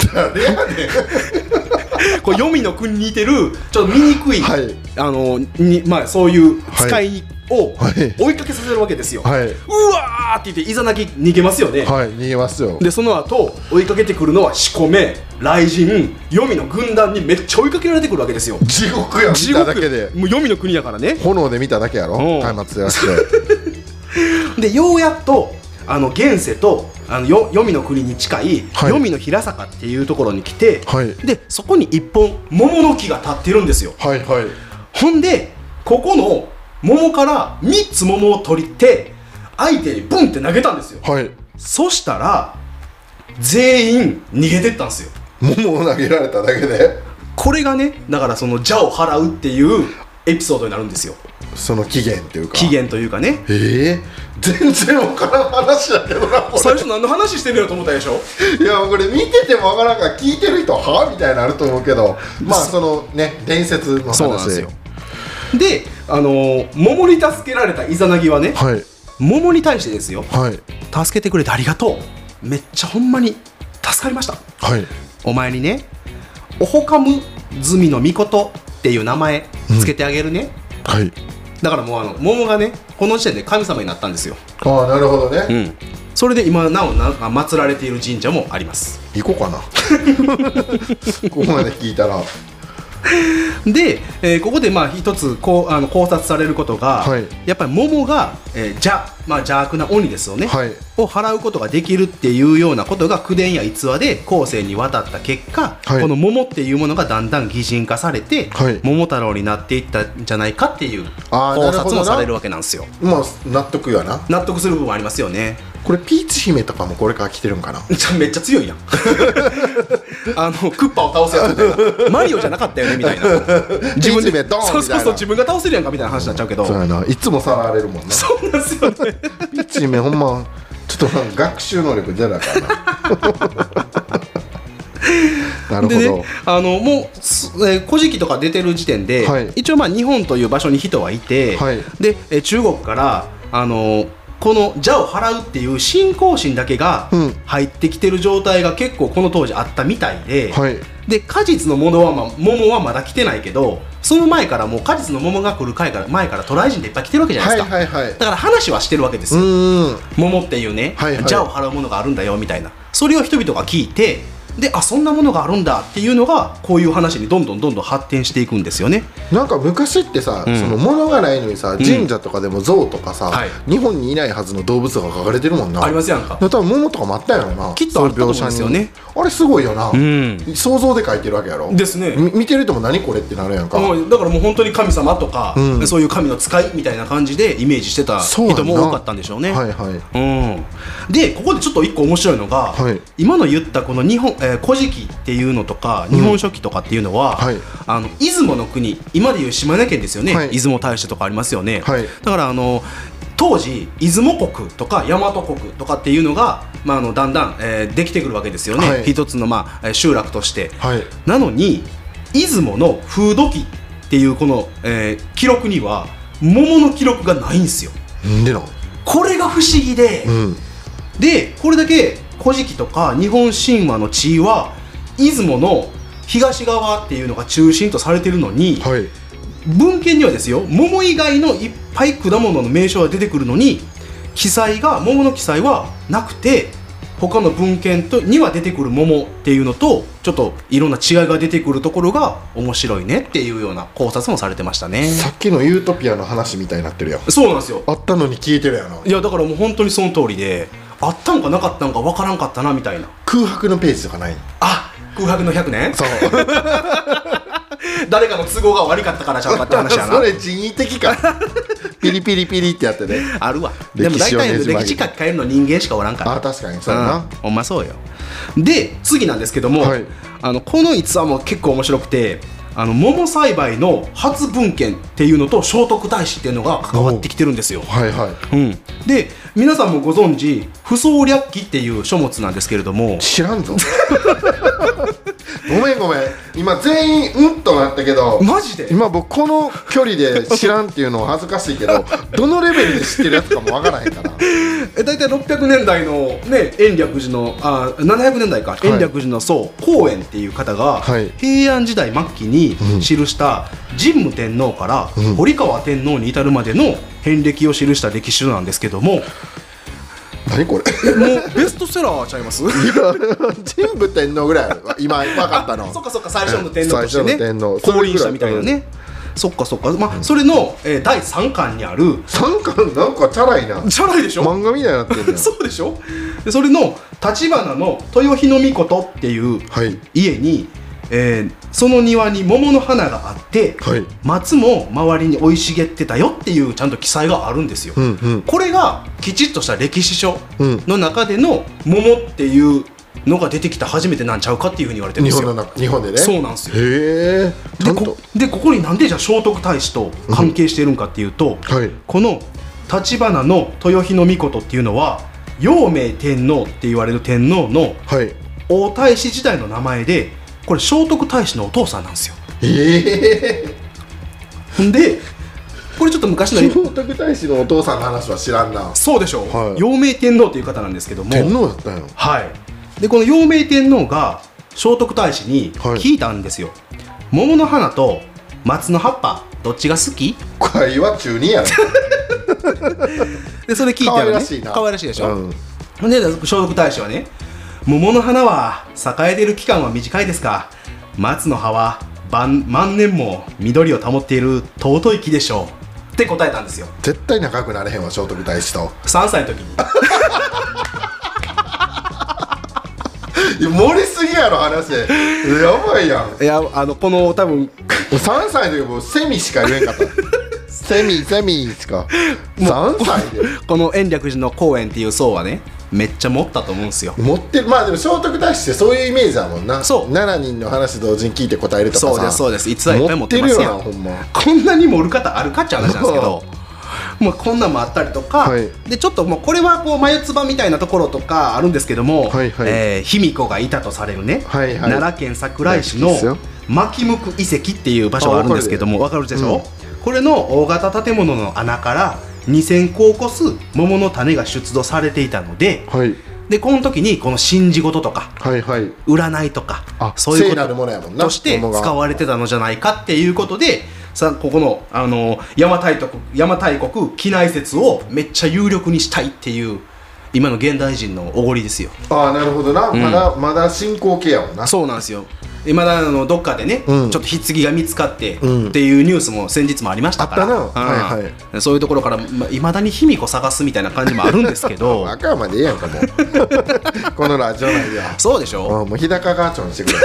こう読みの国に似てるちょっと醜い、
はい
あのにまあ、そういう使いを
はい
追いかけさせるわけですよ。
はいう
わーって言っていざなき逃げますよね。
はい逃げますよ
でその後追いかけてくるのはしこめ雷神黄泉の軍団にめっちゃ追いかけられてくるわけですよ
地獄や見
地
た
獄
だけで
もう黄泉の国だからね
炎で見ただけやろ
うん
松明やして
でようやっとあの現世とあのよ黄泉の国に近い
はい
黄泉の平坂っていうところに来て、
はい
でそこに一本桃の木が立ってるんですよ
はいはい
ほんでここの桃から3つ桃を取りて相手にブンって投げたんですよ
はい
そしたら全員逃げてったんですよ
桃を投げられただけで
これがねだからその邪を払うっていうエピソードになるんですよ
その期限っていうか
起源というかね
ええ全然わからん話だけどなこ
最初何の話してんのよと思ったでしょ
れいやこれ見ててもわからんから聞いてる人はみたいなのあると思うけどまあそのね伝説の話
そうなんですよであのー桃に助けられたイザナギはね
はい
桃に対してですよ
はい
助けてくれてありがとうめっちゃほんまに助かりました
はい
お前にねオホカムズミのミコトっていう名前つけてあげるね、
はい
だからもうあの桃がねこの時点で神様になったんですよ、
ああなるほどね、
うん、それで今なおなんか祀られている神社もあります
行こうかなここまで聞いたら
で、えーここでまあ一つこうあの考察されることが、
はい
やっぱり桃が、えー邪、まあ、邪悪な鬼ですよね、
はい
を払うことができるっていうようなことが口伝や逸話で後世に渡った結果、
はい
この桃っていうものがだんだん擬人化されて、
はい
桃太郎になっていったんじゃないかっていう
あー
考
なるほ
察
どな
もされるわけなんですよ
まあ納得やな
納得する部分はありますよね
これピーチ姫とかもこれから来てるんかな
じゃ めっちゃ強いや んあのクッパを倒せやつみ たいなマリオじゃなかったよねみたいな自分
ピーチ姫ドーンみたいな
そうそうそう自分が倒せるやんかみたいな話になっちゃうけど、
そうやないつもさらわれるもんな
そうなんですよね。
ピーチ姫ほんまちょっとなんか学習能力ゼロや からななるほど、
でね、あのもうすえー古事記とか出てる時点で、
はい
一応まあ日本という場所に人はいて、
はい
でえー中国からあのこの邪を払うっていう信仰心だけが
うん
入ってきてる状態が結構この当時あったみたいで、
はい
で果実のものは、ま、桃はまだ来てないけどその前からもう果実の桃が来る回から前から渡来人っていっぱい来てるわけじゃないで
はい
すか、
はいはい
だから話はしてるわけです
う
よ、
ーん
桃っていうね、
はいはい
邪を払うものがあるんだよみたいなそれを人々が聞いてであそんなものがあるんだっていうのがこういう話にどんどんどんどん発展していくんですよね
なんか昔って
ん
さ、その物がないのにさ神社とかでも像とかさ、
はい
日本にいないはずの動物が描かれてるもんな
ありますやんか
多分桃とかもあったんやろな
きっとあると思うんですよね
その描写にあれすごいよな、
ん
想像で描いてるわけやろ
ですね
み見てる人も何これってなるやんか
もうだからもう本当に神様とか、
うん
そういう神の使いみたいな感じでイメージしてた
そうやんな
人も多かったんでしょうね
はいはい
うん、でここでちょっと一個面白いのが、
はい
今の言ったこの日本、えー古事記っていうのとか日本書紀とかっていうのは、
はい
あの出雲の国今でいう島根県ですよね、
はい
出雲大社とかありますよね、
はい
だからあの当時出雲国とか大和国とかっていうのが、まあ、あのだんだん、えーできてくるわけですよね、
はい
一つの、まあ、えー集落として。
はい
なのに出雲の風土記っていうこの、えー記録には桃の記録がないんですよ。
なんでなん
これが不思議で、
うん
でこれだけ「古事記」とか日本神話の地位は出雲の東側っていうのが中心とされてるのに、
はい
文献にはですよ桃以外のいっぱい果物の名称が出てくるのに記載が桃の記載はなくて他の文献とには出てくる桃っていうのとちょっといろんな違いが出てくるところが面白いねっていうような考察もされてましたね
さっきのユートピアの話みたいになってるやん
そうなんですよ
あったのに消えてるやんない
やだからもう本当にその通りであったんかなかったんかわからんかったなみたいな
空白のページとかない
あ空白の100年
そう
誰かの都合が悪かったからちゃうかって話や
そ
な
れ人為的か ピリピリピリってやってね
あるわでも
歴
大
史をね
体
じ曲
歴
げて
史書き換えるの人間しかおらんから
あ確かにそうやな、
うん、ほんまそうよで次なんですけども、
はい
あのこの逸話も結構面白くてあの桃栽培の初文献っていうのと聖徳太子っていうのが関わってきてるんですよ、
はいはい
うん、で皆さんもご存知「不相略記」っていう書物なんですけれども
知らんぞ ごめんごめん今全員うんとなったけど
マジで
今僕この距離で知らんっていうのは恥ずかしいけ どどのレベルで知ってるやつかもわからへんから
え大体600年代の、ね、延暦寺のあ700年代か、
い
延暦寺の僧光円っていう方が、
はい
平安時代末期に記した神武天皇から、堀川天皇に至るまでの遍歴を記した歴史書なんですけども、
何 これ
えもうベストセラーちゃいます
神武天皇ぐらいある今分かった の
そっかそっか最初の天皇としてね
最初の天皇
降臨したみたいなね、そっかそっか、まあ、それの、えー第3巻にある
三冠なんかチャラいな
じゃないでしょ
漫画みたいになってるね
そうでしょでそれの橘の豊日の御事っていう
はい
家に、えーその庭に桃の花があって、
はい
松も周りに生い茂ってたよっていうちゃんと記載があるんですよ、
うんうん
これがきちっとした歴史書
うん
の中での桃っていうのが出てきた初めてなんちゃうかっていうふうに言われてるん
日
です
本
よ
の中日本でね
そうなんですよ
へえちゃ
で
ん
ことでここになんでじゃあ聖徳太子と関係しているんかっていうと、
はい
この橘の豊日の御事っていうのは陽明天皇って言われる天皇の
はい
王太子時代の名前でこれ聖徳太子のお父さんなんですよ
ええ
んでこれちょっと昔
聖
の
徳太子のお父さんの話は知らんな
そうでしょう、
はい
陽明天皇という方なんですけども
天皇だったんよ
はいでこの陽明天皇が聖徳太子に
はい
聞いたんですよ、桃の花と松の葉っぱどっちが好き
会話中にやろ
でそれ聞いたらね
可愛らしいな
可愛らしいでしょ、
うん
ほんで聖徳太子はね桃の花は栄えている期間は短いですが松の葉は万万年も緑を保っている尊い木でしょうって答えたんですよ
絶対仲良くなれへんわ聖徳太子と
3歳の時に
いや盛りすぎやろ話やばいや ん
いやあのこの多分
3歳でもうセミしか言えんかった セミセミしか3歳で
この延暦寺の公園っていう層はねめっちゃ持ったと思うんですよ
持ってるまあでも聖徳太子ってそういうイメージだもんな
そう
7人の話同時に聞いて答えるとかさ
そうですそうです逸話いっぱい持ってますやん
持ってるよなほんま
こんなに盛る方あるかって話なんですけ どまあこんなんもあったりとか、
はい
でちょっともうこれはこう眉唾みたいなところとかあるんですけども、
はいはい
えー卑弥呼がいたとされるね、
はいはい
奈良県桜井市の
大好きですよ
牧向遺跡っていう場所があるんですけどもわかるでしょ、これの大型建物の穴から2000個を超す桃の種が出土されていたので
はい
でこの時にこの信じ事とか
はいはい
占いとか
あ
そういう
聖
こ
な
と
るものやもんな
として
桃が
使われてたのじゃないかっていうことでさここのあの邪馬台国邪馬台国畿内説をめっちゃ有力にしたいっていう今の現代人のおごりですよ
ああなるほどな、まだまだ進行形やもんな
そうなんですよまだあのどっかでね、
うん
ちょっと棺が見つかってって
うん
いうニュースも先日もありましたから
あったな
うん
はい
そういうところからまいまだに卑弥呼探すみたいな感じもあるんですけど
赤までええやんか もうこのラジオ内では
そうでしょ、
あもう日高ガーチョにしてくれ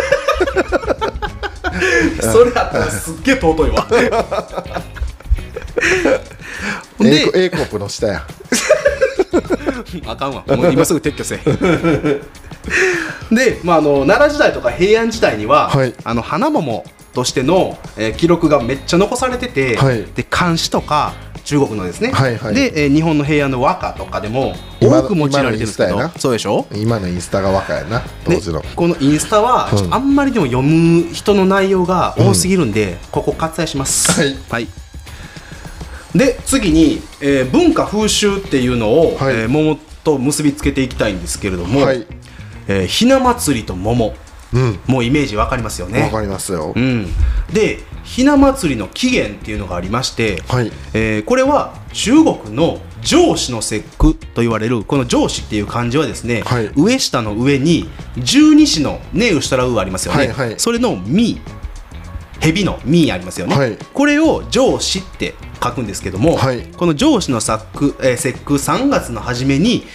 それあったらすっげえ尊いわほん
A コ A コップの下や
あかんわもう 今すぐ撤去せで、まあ、あの奈良時代とか平安時代には、
はい
あの花桃としての、えー記録がめっちゃ残されてて、
はい
で漢詩とか中国のですね、
はいはい
で、えー日本の平安の和歌とかでも
今
多
の
く用いられてるんですけ
今の
ど
インスタやな
そうでしょ
今のインスタが若いな当
で
時の
このインスタは、
うん
ちょっとあんまりでも読む人の内容が多すぎるんで、ここ割愛します
はい
で次に、えー文化風習っていうのを、
はい
えー桃と結びつけていきたいんですけれども、
はい
えーひな祭りと桃
うん
もうイメージわかりますよ
わ
ね
かりますよ
うん、でひな祭りの起源っていうのがありまして、
はい
えーこれは中国の上司の節句と言われるこの上司っていう漢字はですね、
はい
上下の上に十二支のねうしたらうありますよね、
はいはい
それのみ蛇のみありますよね、
はい
これを上司って書くんですけども、
はい
この上司の作、えー節句3月の初めに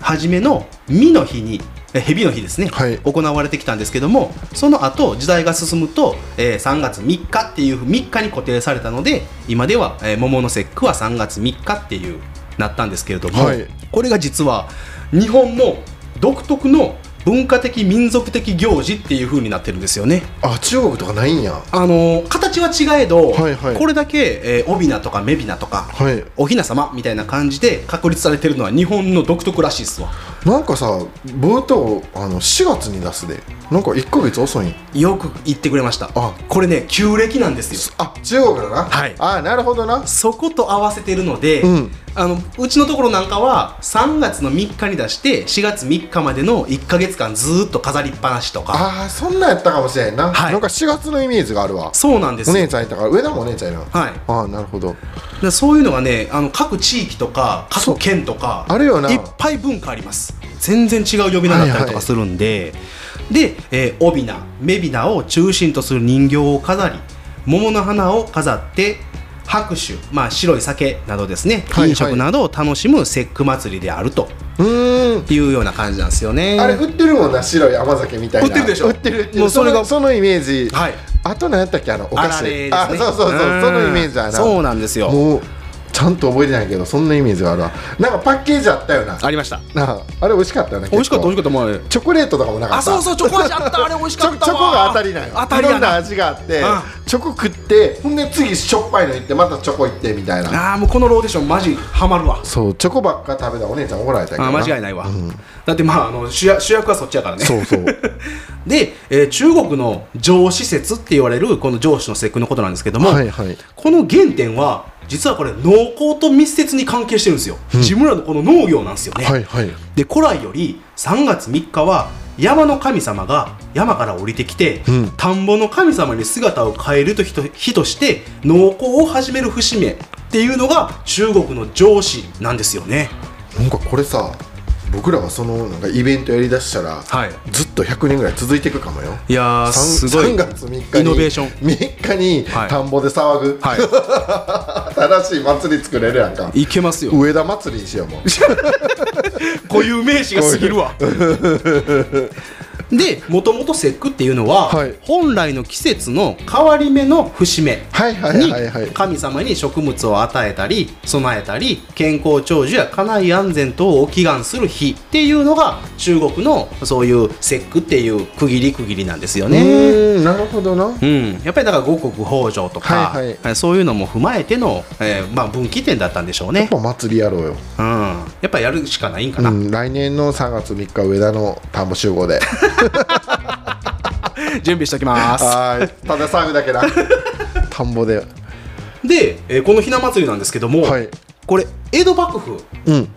初めのみの日にえー蛇の日ですね、
はい
行われてきたんですけどもその後時代が進むと、えー3月3日っていう3日に固定されたので今では、えー桃の節句は3月3日っていうなったんですけれども、
はい
これが実は日本の独特の文化的民族的行事っていう風になってるんですよね
あ中国とかないんや
あの形は違えど、
はいはい
これだけ、えー、帯名とかメビ名とか、
はい
おひなさまみたいな感じで確立されてるのは日本の独特らしいっすわ
なんかさ冒頭あの4月に出すでなんか1ヶ月遅いん
よく言ってくれました
あ
これね旧暦なんですよ
あ中国だな
はい
あなるほどな
そこと合わせてるので、
うん
あのうちのところなんかは3月の3日に出して4月3日までの1か月間ずーっと飾りっぱなしとか
あーそんなんやったかもしれんな、
はい
なんか4月のイメージがあるわ
そうなんです
お
よ
姉ちゃんいたから上田もお姉ちゃんやな
はい
ああなるほど
だからそういうのがねあの各地域とか
そう
各県とか
あるよない
っぱい文化あります全然違う呼び名だったりとかするんで、で、えー、帯名メビ名を中心とする人形を飾り桃の花を飾って拍手、まあ、白い酒などですね、
はいはい
飲食などを楽しむ節句祭りであると
うーん
いうような感じなんですよね。
あれ売ってるもんな白い甘酒みたいな
売ってるでしょ
売ってる売ってる
もうそれが
そのそのイメージ、
はい
あと何やったっけあのお菓子
あられですね
あそうそうそう
うん
そのイメージだな
そうなんですよ
もうちゃんと覚えてないけどそんなイメージがあるわなんかパッケージあったよな
ありました
なああれ美味しかったよね
美味しかった美味しかった
か
もうあれ
ったチョコレートとかもなかった
あそうそうチョコ味あったあれ美味し
チ
か
ョ
ったわ
チョコが当たりなんよ
当たり
いろ
や
んな
な
味があって
うん
チョコ食ってほんで次しょっぱいの行ってまたチョコ行ってみたいな
あーもうこのローテーションマジハマるわ
そうチョコばっか食べたお姉ちゃん怒られたけど
あ間違いないわ、だってまああの主役主役はそっちやからね
そうそう
で、えー中国の上司説って言われるこの上司の節句のことなんですけども、
はいはい
この原点は実はこれ農耕と密接に関係してるんですよ、自分らのこの農業なんですよね、
はいはい
で古来より3月3日は山の神様が山から降りてきて、
うん
田んぼの神様に姿を変えると日と日として農耕を始める節目っていうのが中国の上司なんですよね
なんかこれさ僕らがそのなんかイベントやりだしたら、
はい
ずっと100年ぐらい続いていくかもよ
いやー
三
すごい
3月3日に
イノベーション
3日に
はい
田んぼで騒ぐ、
は
新しい祭り作れるやんか
いいけますよ
上田祭りにしようもん
固有名詞が過ぎるわ。 でもともと節句っていうのは、
はい
本来の季節の変わり目の節目
はいはいはいはい
に神様に植物を与えたり備えたり健康長寿や家内安全等を祈願する日っていうのが中国のそういう節句っていう区切り区切りなんですよ
う
ね。
ーんなるほどな
うん、やっぱりだから五穀豊穣とか、
はいはい
えそういうのも踏まえての、えーまあ、分岐点だったんでしょうね、
もう祭りやろうよ、
うん、やっぱやるしかないんか
う
な、
ん、来年の3月3日上田の田んぼ集合で
準備しておきます。
はーいただ騒ぐだ けな田んぼで
で、えーこのひな祭りなんですけども、
はい
これ江戸幕府
うん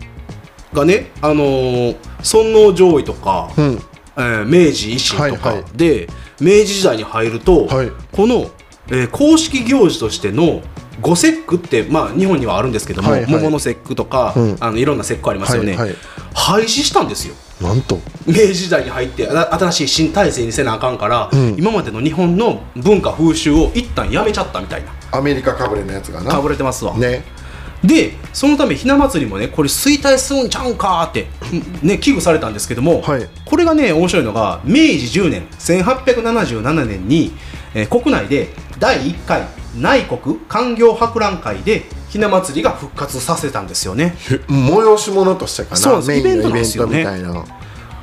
がね、あのー尊王攘夷とか、
うん
えー明治維新と
はい
か
は
で、明治時代に入ると、
はい
この、えー公式行事としての五節句って、まあ、日本にはあるんですけども、
はいはい
桃の節句とか、
うん
あのいろんな節句ありますよね、
はいはい
廃止したんですよ。
なんと
明治時代に入ってあ新しい新体制にせなあかんから、
ん
今までの日本の文化風習を一旦やめちゃったみたいな
アメリカかぶれのやつがな
かぶれてますわ、
ね
でそのためひな祭りもねこれ衰退するんちゃうんかって、んね、危惧されたんですけども、
はい
これがね面白いのが明治10年1877年に、えー国内で第1回内国官業博覧会でひな祭りが復活させたんですよね
え催し物としてかな
そうです
メイン
イベン
の
ト
イ
なん
ベ
です
ント
よ
み
ね
たいな、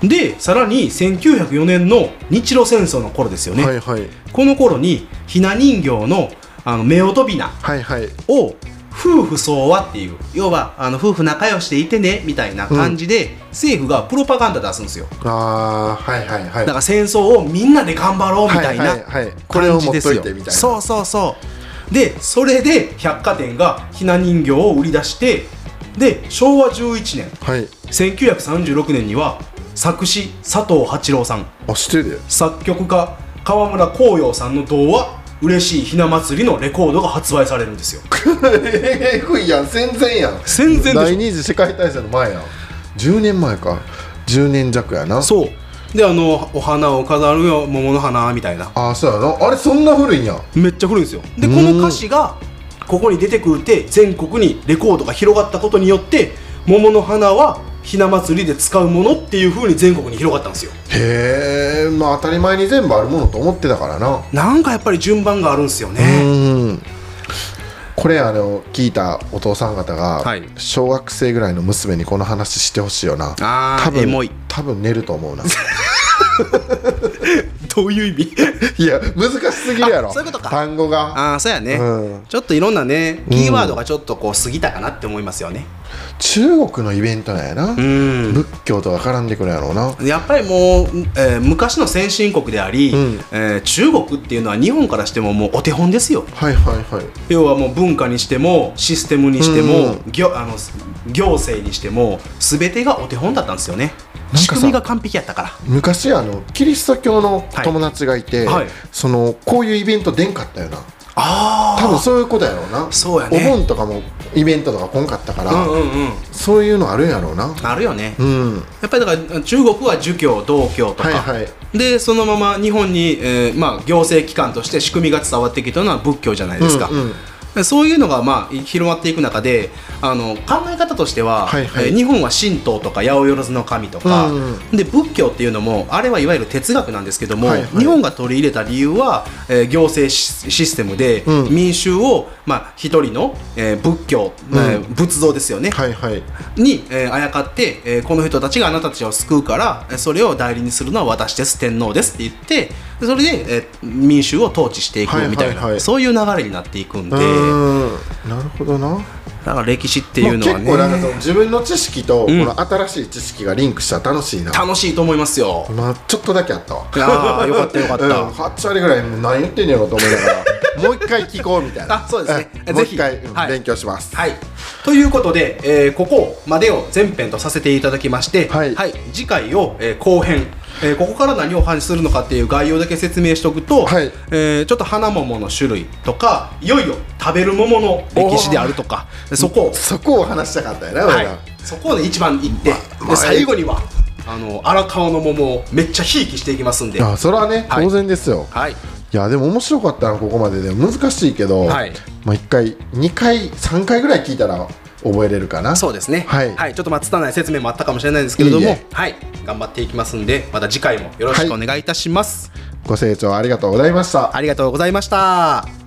でさらに1904年の日露戦争の頃ですよね、
はいはい
この頃にひな人形のあの夫婦びな
はいはい
を夫婦相和っていう要はあの夫婦仲良しでいてねみたいな感じで、政府がプロパガンダ出すんですよ
あーはいはいはい
だから戦争をみんなで頑張ろうみたい
は
ない
はいはいこれを
感じです
持
よ
っといてみたいな
そうそうそうでそれで百貨店がひな人形を売り出してで昭和11年
はい
1936年には作詞佐藤八郎さん
あ知ってるよ
作曲家川村光陽さんの童話「嬉しいひな祭り」のレコードが発売されるんですよ
えぐ いやん戦前やん
戦前でしょ
第二次世界大戦の前やん10年前か10年弱やな
そうであのお花を飾るよ桃の花みたいな
あーそうやなあれそんな古いんや
めっちゃ古いんですよでこの歌詞がここに出てくるって全国にレコードが広がったことによって桃の花はひな祭りで使うものっていう風に全国に広がったんですよ
へえまあ当たり前に全部あるものと思ってたからな
なんかやっぱり順番があるんですよね
うんこれあの聞いたお父さん方が、
はい
小学生ぐらいの娘にこの話してほしいよな
あー
多分
エモい
多分寝ると思うな
どう いう意味
いや難しすぎるやろ
あそういうことか
単語が
ああそうやね、
うん
ちょっといろんなねキーワードがちょっとこう過ぎたかなって思いますよね
中国のイベントなんやな、
ん
仏教とは絡んでくるやろうな
やっぱりもう、えー昔の先進国であり、
ん
えー中国っていうのは日本からしてももうお手本ですよ
はいはいはい
要はもう文化にしてもシステムにしても、
う
行あの行政にしても全てがお手本だったんですよね
さ
仕組みが完璧やったから
昔あのキリスト教の友達がいて、
はいはい
そのこういうイベント出んかったよな
あ
多分そういうことやろうな
そうやね
お盆とかもイベントとか来んかったから、
あうんうんうん
そういうのあるんやろうな
あるよね、
うんは
やっぱりだから中国は儒教道教とか、
いはい
でそのまま日本に、えーまあ、行政機関として仕組みが伝わってきたのは仏教じゃないですか、
うんうん
でそういうのが、まあ、広まっていく中であの考え方としては、
はいはい
えー日本は神道とか八百万の神とか、
うん
で仏教っていうのもあれはいわゆる哲学なんですけども、
はいはい
日本が取り入れた理由は、えー行政シシステムで、
うん
民衆を、まあ、一人の、えー仏教、えー仏像ですよね、
はいはい
に、えーあやかって、えーこの人たちがあなたたちを救うからえーそれを代理にするのは私です天皇ですって言ってでそれで、えー民衆を統治していく
はいはい
みたいな、
はい
そういう流れになっていくんで
うーんなるほどな
だから歴史っていうのは
もう結構なんかその
ね
自分の知識とこ
ん
の新しい知識がリンクしたら楽しいな、
楽しいと思いますよ。
まあ、ちょっとだけあったわ
ああよかったよかった。
うん、8割ぐらいもう何言ってんねやろと思いなが らもう一回聞こうみたいな
あそうですね
ん
ぜ
もう
ひ
一回、うん
はい
勉強します
はい、ということで、えーここまでを前編とさせていただきまして、
はい
次回を、えー後編、えーここから何をお話しするのかっていう概要だけ説明しておくと、
はい
えーちょっと花桃の種類とかいよいよ食べる桃の歴史であるとかそこを、
そこを話したかったよな、
は
俺
い
ら、
そこを、ね、一番行って、
ま
で
あ
最後にはあの荒川の桃をめっちゃひいきしていきますんで。
あそれはね、
はい
当然ですよ、
はい
いやでも面白かったなここまでで難しいけど、
はい
まあ1回2回3回ぐらい聞いたら覚えれるかな
そうですね、
はい
ちょっとまあ拙い説明もあったかもしれないですけれども
いえいえ
はい、頑張っていきますんでまた次回もよろしくお願いいたします、
ご清聴ありがとうございました
ありがとうございました。